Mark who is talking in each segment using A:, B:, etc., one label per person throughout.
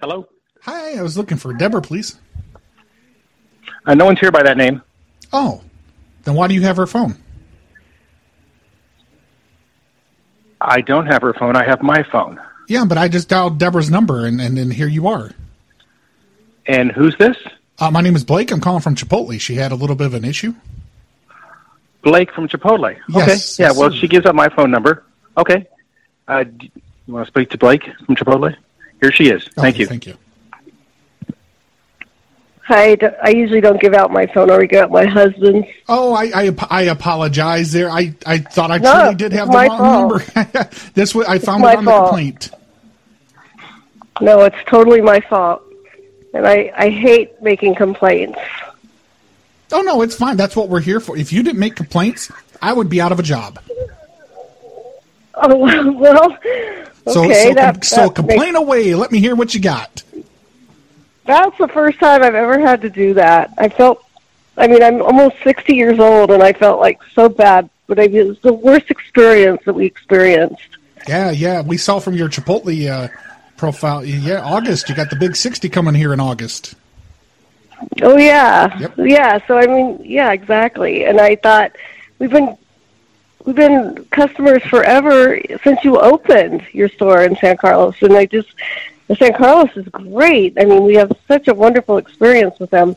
A: Hello?
B: Hi, I was looking for Deborah, please.
A: Uh, no one's here by that name.
B: Oh, then why do you have her phone?
A: I don't have her phone. I have my phone.
B: Yeah, but I just dialed Deborah's number, and and, and here you are.
A: And who's this?
B: Uh, my name is Blake. I'm calling from Chipotle. She had a little bit of an issue.
A: Blake from Chipotle.
B: Yes,
A: okay. Yeah,
B: yes,
A: well,
B: sir.
A: she gives up my phone number. Okay. Uh, d- you want to speak to Blake from Chipotle? Here she is. Thank
B: Okay,
A: you.
B: Thank you.
C: Hi, I d- I usually don't give out my phone. I already give out my husband's.
B: Oh, I, I ap- I apologize there. I, I thought I
C: No,
B: truly did have the
C: my
B: wrong
C: fault.
B: number. this was, I found
C: my
B: it on the
C: fault.
B: complaint.
C: No, it's totally my fault. And I, I hate making complaints.
B: Oh no, it's fine. That's what we're here for. If you didn't make complaints, I would be out of a job.
C: Oh, well,
B: So
C: okay.
B: so,
C: that,
B: so
C: that
B: complain
C: makes-
B: away. Let me hear what you got.
C: that's the first time I've ever had to do that. I felt, I mean, I'm almost 60 years old and I felt like so bad, but I, it was the worst experience that we experienced.
B: Yeah, yeah. We saw from your Chipotle uh, profile. Yeah, August. You got the big sixty coming here in August.
C: Oh yeah,
B: Yep.
C: yeah. So I mean, yeah, exactly. And I thought we've been we've been customers forever since you opened your store in San Carlos, and I just San Carlos is great. I mean, we have such a wonderful experience with them,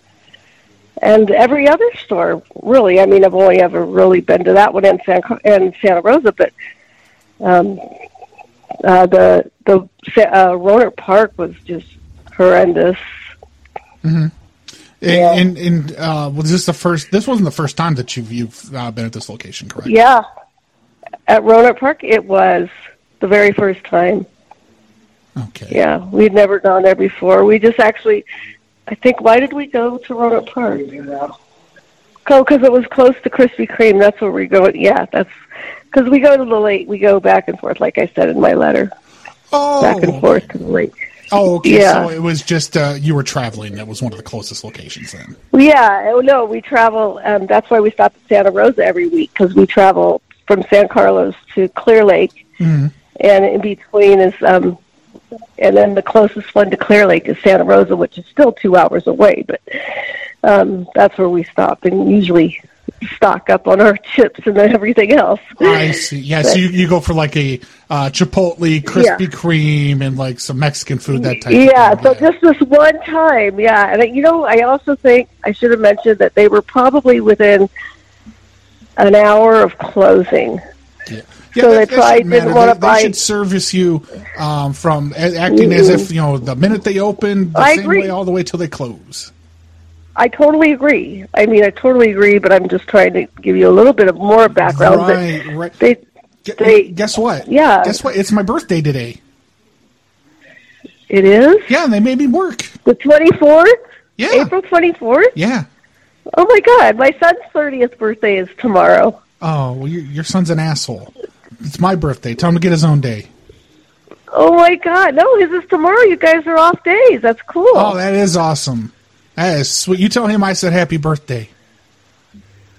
C: and every other store really. I mean, I've only ever really been to that one in San Car- and Santa Rosa, but um, uh, the the Sa- uh, Roner Park was just horrendous.
B: And,
C: Yeah.
B: and, and uh, was this the first? This wasn't the first time that you've you've uh, been at this location, correct?
C: Yeah. At Roanoke Park, it was the very first time.
B: Okay.
C: Yeah, we'd never gone there before. We just actually, I think, why did we go to Roanoke Park? Go because it was close to Krispy Kreme. That's where we go. Yeah, that's because we go to the lake. We go back and forth, like I said in my letter,
B: Oh.
C: back and forth to the lake.
B: Oh, okay.
C: Yeah.
B: So it was just uh, you were traveling. That was one of the closest locations then.
C: Well, Yeah, oh no, we travel. Um, that's why we stop at Santa Rosa every week because we travel from San Carlos to Clear Lake,
B: Mm-hmm.
C: and in between is, um, and then the closest one to Clear Lake is Santa Rosa, which is still two hours away. But um, that's where we stop and usually stock up on our chips and then everything else.
B: I see. Yeah, so you, you go for like a uh, Chipotle, Krispy Kreme, and like some Mexican food, that type
C: Yeah,
B: of thing.
C: so just this one time, yeah. And uh, you know, I also think I should have mentioned that they were probably within an hour of closing.
B: yeah, that-
C: so they
B: that shouldn't
C: probably didn't
B: matter.
C: wanna
B: They,
C: buy-
B: they should service you um, from a- acting as if, you know, the minute they open, the
C: Mm. I
B: same
C: agree.
B: way all the way till they close.
C: I totally agree. I mean, I totally agree, but I'm just trying to give you a little bit of more background. but
B: Right, right.
C: They,
B: Gu-
C: they-
B: Guess what?
C: Yeah.
B: Guess what? It's my birthday today.
C: it is
B: Yeah, and they made me work.
C: the 24th,
B: Yeah.
C: April 24th.
B: Yeah.
C: Oh my God, my son's 30th birthday is tomorrow.
B: Oh, well, your, your son's an asshole. It's my birthday. Tell him to get his own day.
C: Oh my God, no, his is tomorrow. You guys are off days. That's cool.
B: Oh, that is awesome. That is sweet. You tell him I said happy birthday.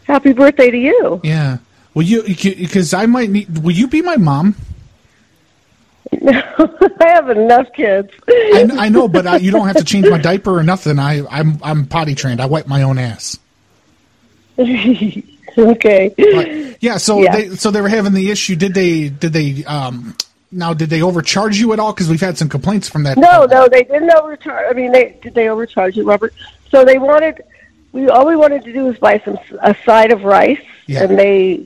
C: Happy birthday to you.
B: Yeah. Will you? Because I might need. Will you be my mom?
C: I have enough kids.
B: I, kn- I know, but I, you don't have to change my diaper or nothing. I, I'm I'm potty trained. I wipe my own ass.
C: okay.
B: But, yeah. So
C: Yeah.
B: they so they were having the issue. Did they did they um now did they overcharge you at all? Because we've had some complaints from that.
C: No, no, they didn't overcharge. I mean, they did they overcharge you, Robert? So they wanted we all we wanted to do was buy some a side of rice,
B: Yeah.
C: and they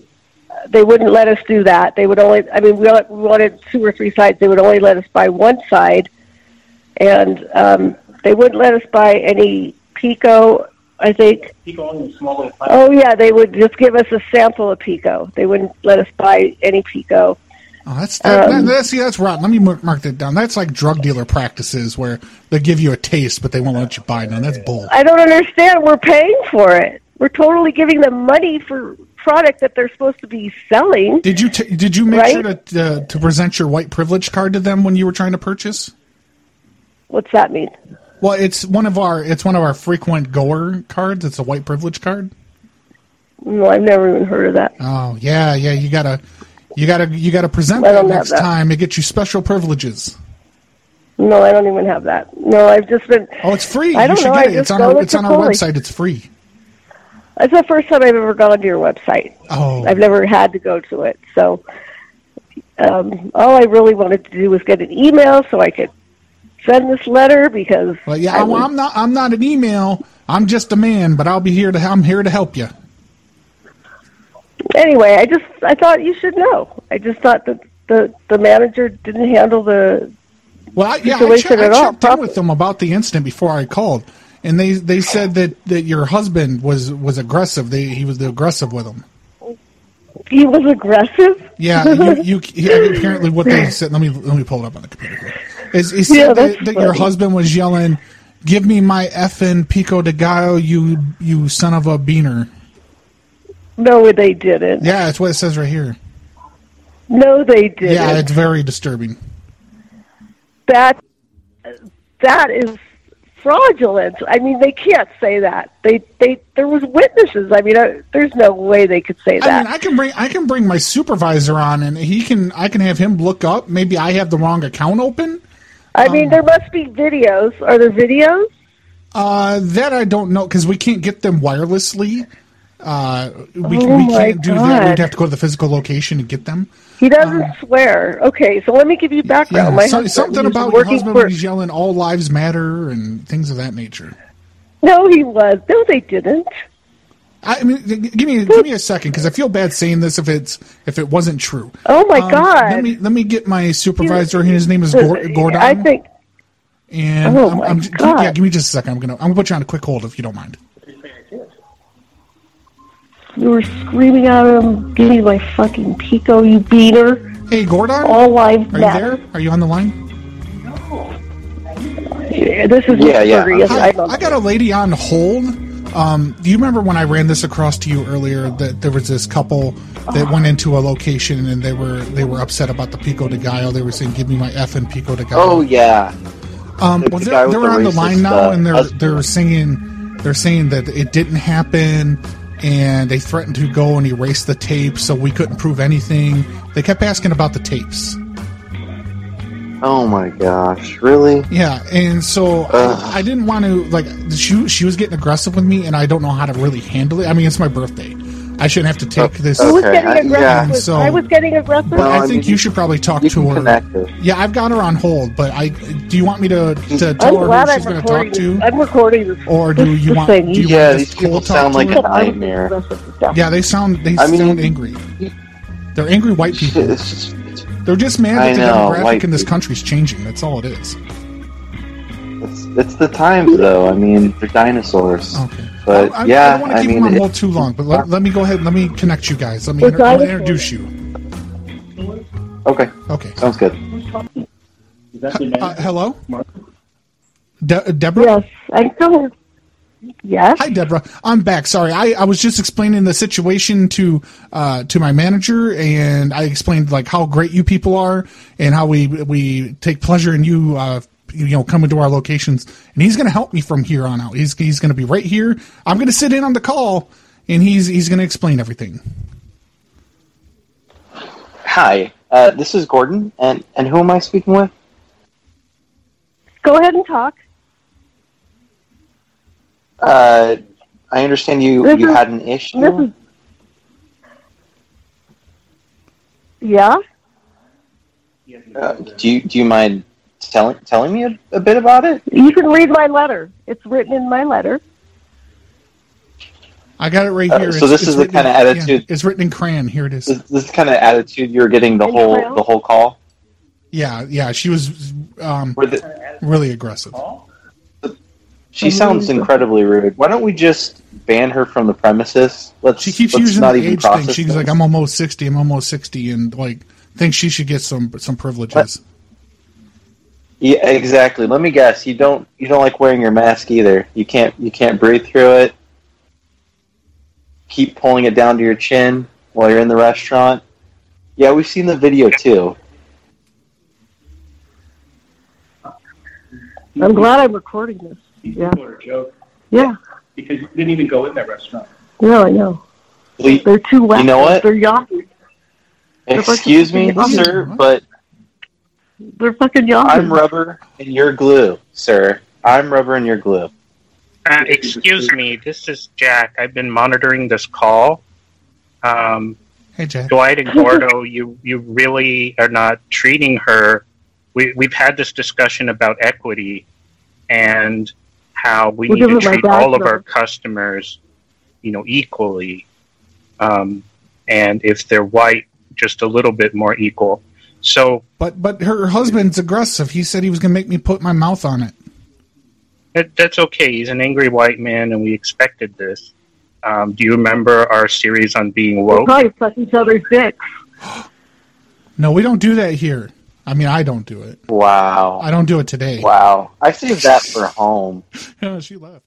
C: they wouldn't let us do that. They would only I mean we all- we wanted two or three sides. They would only let us buy one side, and um, they wouldn't let us buy any pico. I think. Oh yeah, they would just give us a sample of pico. They wouldn't let us buy any pico.
B: Oh, that's that,
C: Um.
B: that- that's see that's rotten. Let me mark, mark that down. That's like drug dealer practices where they give you a taste, but they won't let you buy none. That's bull.
C: I don't understand. We're paying for it. We're totally giving them money for product that they're supposed to be selling.
B: Did you t- did you make
C: Right?
B: sure to uh, to present your white privilege card to them when you were trying to purchase?
C: What's that mean?
B: Well, it's one of our it's one of our frequent goer cards. It's a white privilege card.
C: No, I've never even heard of that.
B: Oh yeah, yeah. You gotta you gotta you gotta present
C: I
B: that
C: don't have
B: next
C: that.
B: time. It gets you special privileges.
C: No, I don't even have that. No, I've just been.
B: Oh, it's free.
C: I
B: you
C: don't
B: should
C: know.
B: get
C: I
B: it. It's
C: just
B: on
C: go
B: our
C: with
B: it's on our
C: Chipotle.
B: website. It's free.
C: It's the first time I've ever gone to your website.
B: Oh,
C: I've never had to go to it. So um, all I really wanted to do was get an email so I could send this letter because um,
B: well, yeah.
C: I
B: I'm,
C: was-
B: I'm not. I'm not an email. I'm just a man, but I'll be here to. I'm here to help you.
C: anyway, I just I thought you should know. I just thought that the the manager didn't handle the
B: Well, I, yeah, I,
C: situation
B: che- I
C: at all,
B: checked in
C: probably.
B: with them about the incident before I called, and they they said that that your husband was was aggressive. They he was aggressive with him.
C: he was aggressive.
B: Yeah, you, you he- apparently what they said. Let me let me pull it up on the computer. Here. Is it said
C: Yeah, that's
B: that, that your
C: funny.
B: husband was yelling, "Give me my effing pico de gallo, you you son of a beaner."
C: No, they didn't.
B: Yeah, that's what it says right here.
C: No, they didn't.
B: Yeah, it's very disturbing.
C: that that is fraudulent. I mean, they can't say that. They they there was witnesses. I mean, I, there's no way they could say
B: I
C: that.
B: mean, I can bring I can bring my supervisor on, and he can I can have him look up. Maybe I have the wrong account open.
C: I, mean, there must be videos. Are there videos?
B: Uh, that I don't know because we can't get them wirelessly. Uh, we,
C: Oh
B: we
C: my
B: can't do that. We'd
C: God.
B: have to go to the physical location to get them.
C: He doesn't swear. Okay, so let me give you background.
B: Yeah,
C: My
B: so-
C: husband
B: something
C: was
B: about your
C: working
B: husband
C: for-
B: was yelling "All lives matter" and things of that nature.
C: No, he was. No, they didn't.
B: I mean, g- give me give me a second because I feel bad saying this if it's if it wasn't true.
C: Oh my
B: Um,
C: God!
B: Let me let me get my supervisor. here. His name is Gor- Gordon.
C: I think.
B: And
C: Oh
B: I'm,
C: my
B: I'm, gi-
C: God.
B: yeah, give me just a second. I'm gonna I'm gonna put you on a quick hold if you don't mind.
C: You were screaming at him, give me my fucking Pico, you beater.
B: Hey, Gordon, are
C: All lives
B: you
C: matter.
B: there? Are you on the line?
C: Yeah, This is
A: Yeah, yeah.
C: mysterious.
B: Hi,
C: I don't
B: I got a lady on hold. Um, do you remember when I ran this across to you earlier that there was this couple
D: Uh-huh.
B: that went into a location and they were they were upset about the pico de gallo? They were saying, "Give me my effing pico de gallo."
D: Oh yeah.
B: Um,
D: Oh, The-
B: well,
D: the
B: they're,
D: guy with
B: they're
D: the
B: on the
D: racist,
B: line now,
D: uh,
B: and they're
D: husband.
B: they're singing, they're saying that it didn't happen, and they threatened to go and erase the tape, so we couldn't prove anything. They kept asking about the tapes.
D: Oh my gosh, really?
B: Yeah, and so
D: Ugh.
B: I, I didn't want to like she she was getting aggressive with me, and I don't know how to really handle it. I mean, it's my birthday. I shouldn't have to take this.
C: I was
D: Okay,
C: getting
D: I-
C: aggressive.
D: yeah.
C: with-
B: So-
C: I was getting aggressive.
D: No,
B: I
D: I
B: think
D: mean,
B: you should probably talk
D: You
B: to
D: can
B: her.
D: connect her.
B: Yeah, I've got her on hold, but I do you want me to, to
C: I'm
B: tell her
C: glad
B: who
C: I'm
B: she's going to
C: recording.
B: talk to?
C: This. I'm recording this.
B: Or do
C: this-
B: you
C: this
B: want-
C: Thing.
B: do you
D: Yeah,
B: want
D: these
B: just
D: people
B: cold talk
D: sound
B: to
D: like
B: her?
D: a
C: said I was getting
D: nightmare.
C: aggressive and stuff.
B: Yeah, they sound they
D: I mean-
B: sound angry. They're angry white people.
D: It's just-
B: They're just mad
D: I
B: that the
D: know,
B: demographic
D: white
B: in this
D: people.
B: country's changing. That's all it is.
D: It's, it's the times though. I mean, they're dinosaurs.
B: Okay.
D: But
B: Oh. I, I, I
D: yeah,
B: don't want to
D: I
B: keep
D: mean,
B: them on
D: it-
B: hold too long, but let, let me go ahead. Let me connect you guys. Let me,
C: We're
B: inter- let me
C: dinosaurs.
B: introduce you.
D: okay,
B: Okay.
D: sounds good.
B: Uh, hello? De- uh, Deborah?
C: Yes, I'm still here. Yes.
B: Hi, Deborah. I'm back. Sorry, I, I was just explaining the situation to uh, to my manager, and I explained like how great you people are, and how we we take pleasure in you. Uh, you know, coming to our locations, and he's going to help me from here on out. He's he's going to be right here. I'm going to sit in on the call, and he's he's going to explain everything.
D: Hi, uh, this is Gordon, and and who am I speaking with?
C: Go ahead and talk.
D: Uh, I understand you
C: This
D: you
C: is-
D: had an issue.
C: This is. Yeah.
D: Uh, do you do you mind telling telling me a, a bit about it?
C: You can read my letter. It's written in my letter.
B: I got it right
D: Uh,
B: here.
D: so this is the
B: written
D: kinda
B: in- yeah,
D: attitude-
B: it's written in crayon. Here it is.
D: This, this kind of attitude you were getting the
C: And
D: whole
C: Kyle?
D: the whole call.
B: Yeah, yeah. She was um,
D: Were the,
B: really aggressive.
D: Oh. she sounds incredibly rude. Why don't we just ban her from the premises? Let's.
B: She keeps
D: let's
B: using the
D: not even
B: age
D: process
B: thing. She's
D: this.
B: like, I'm almost sixty. I'm almost sixty, and like thinks she should get some some privileges.
D: Yeah, exactly. Let me guess. You don't you don't like wearing your mask either. You can't you can't breathe through it. Keep pulling it down to your chin while you're in the restaurant. Yeah, we've seen the video too.
C: I'm glad I'm recording this. Yeah.
E: people are a joke
C: Yeah.
E: because you didn't even go in that restaurant.
C: No, I know.
D: We-
C: They're too wacky.
D: You know what?
C: They're yappy.
D: excuse me,
C: They're like-
D: sir, but
C: We're fucking yawning.
D: I'm rubber and you're glue, sir. I'm rubber and you're glue.
F: Uh, excuse me, this is Jack. I've been monitoring this call. Um,
B: Hey, Jack.
F: Dwight and Gordo, you, you really are not treating her. We, we've had this discussion about equity and how we
C: We'll
F: need
C: give
F: to
C: it my
F: treat
C: back,
F: all of
C: though.
F: our customers, you know, equally. Um, and if they're white, just a little bit more equal. So
B: But but her husband's aggressive. He said he was gonna make me put my mouth on it.
F: that, that's okay. He's an angry white man, and we expected this. Um, do you remember our series on being
C: We'll
F: woke?
C: probably fuck each other's dicks.
B: No, we don't do that here. I mean, I don't do it.
D: Wow.
B: I don't do it today.
D: Wow. I saved that for home.
B: Yeah, she left.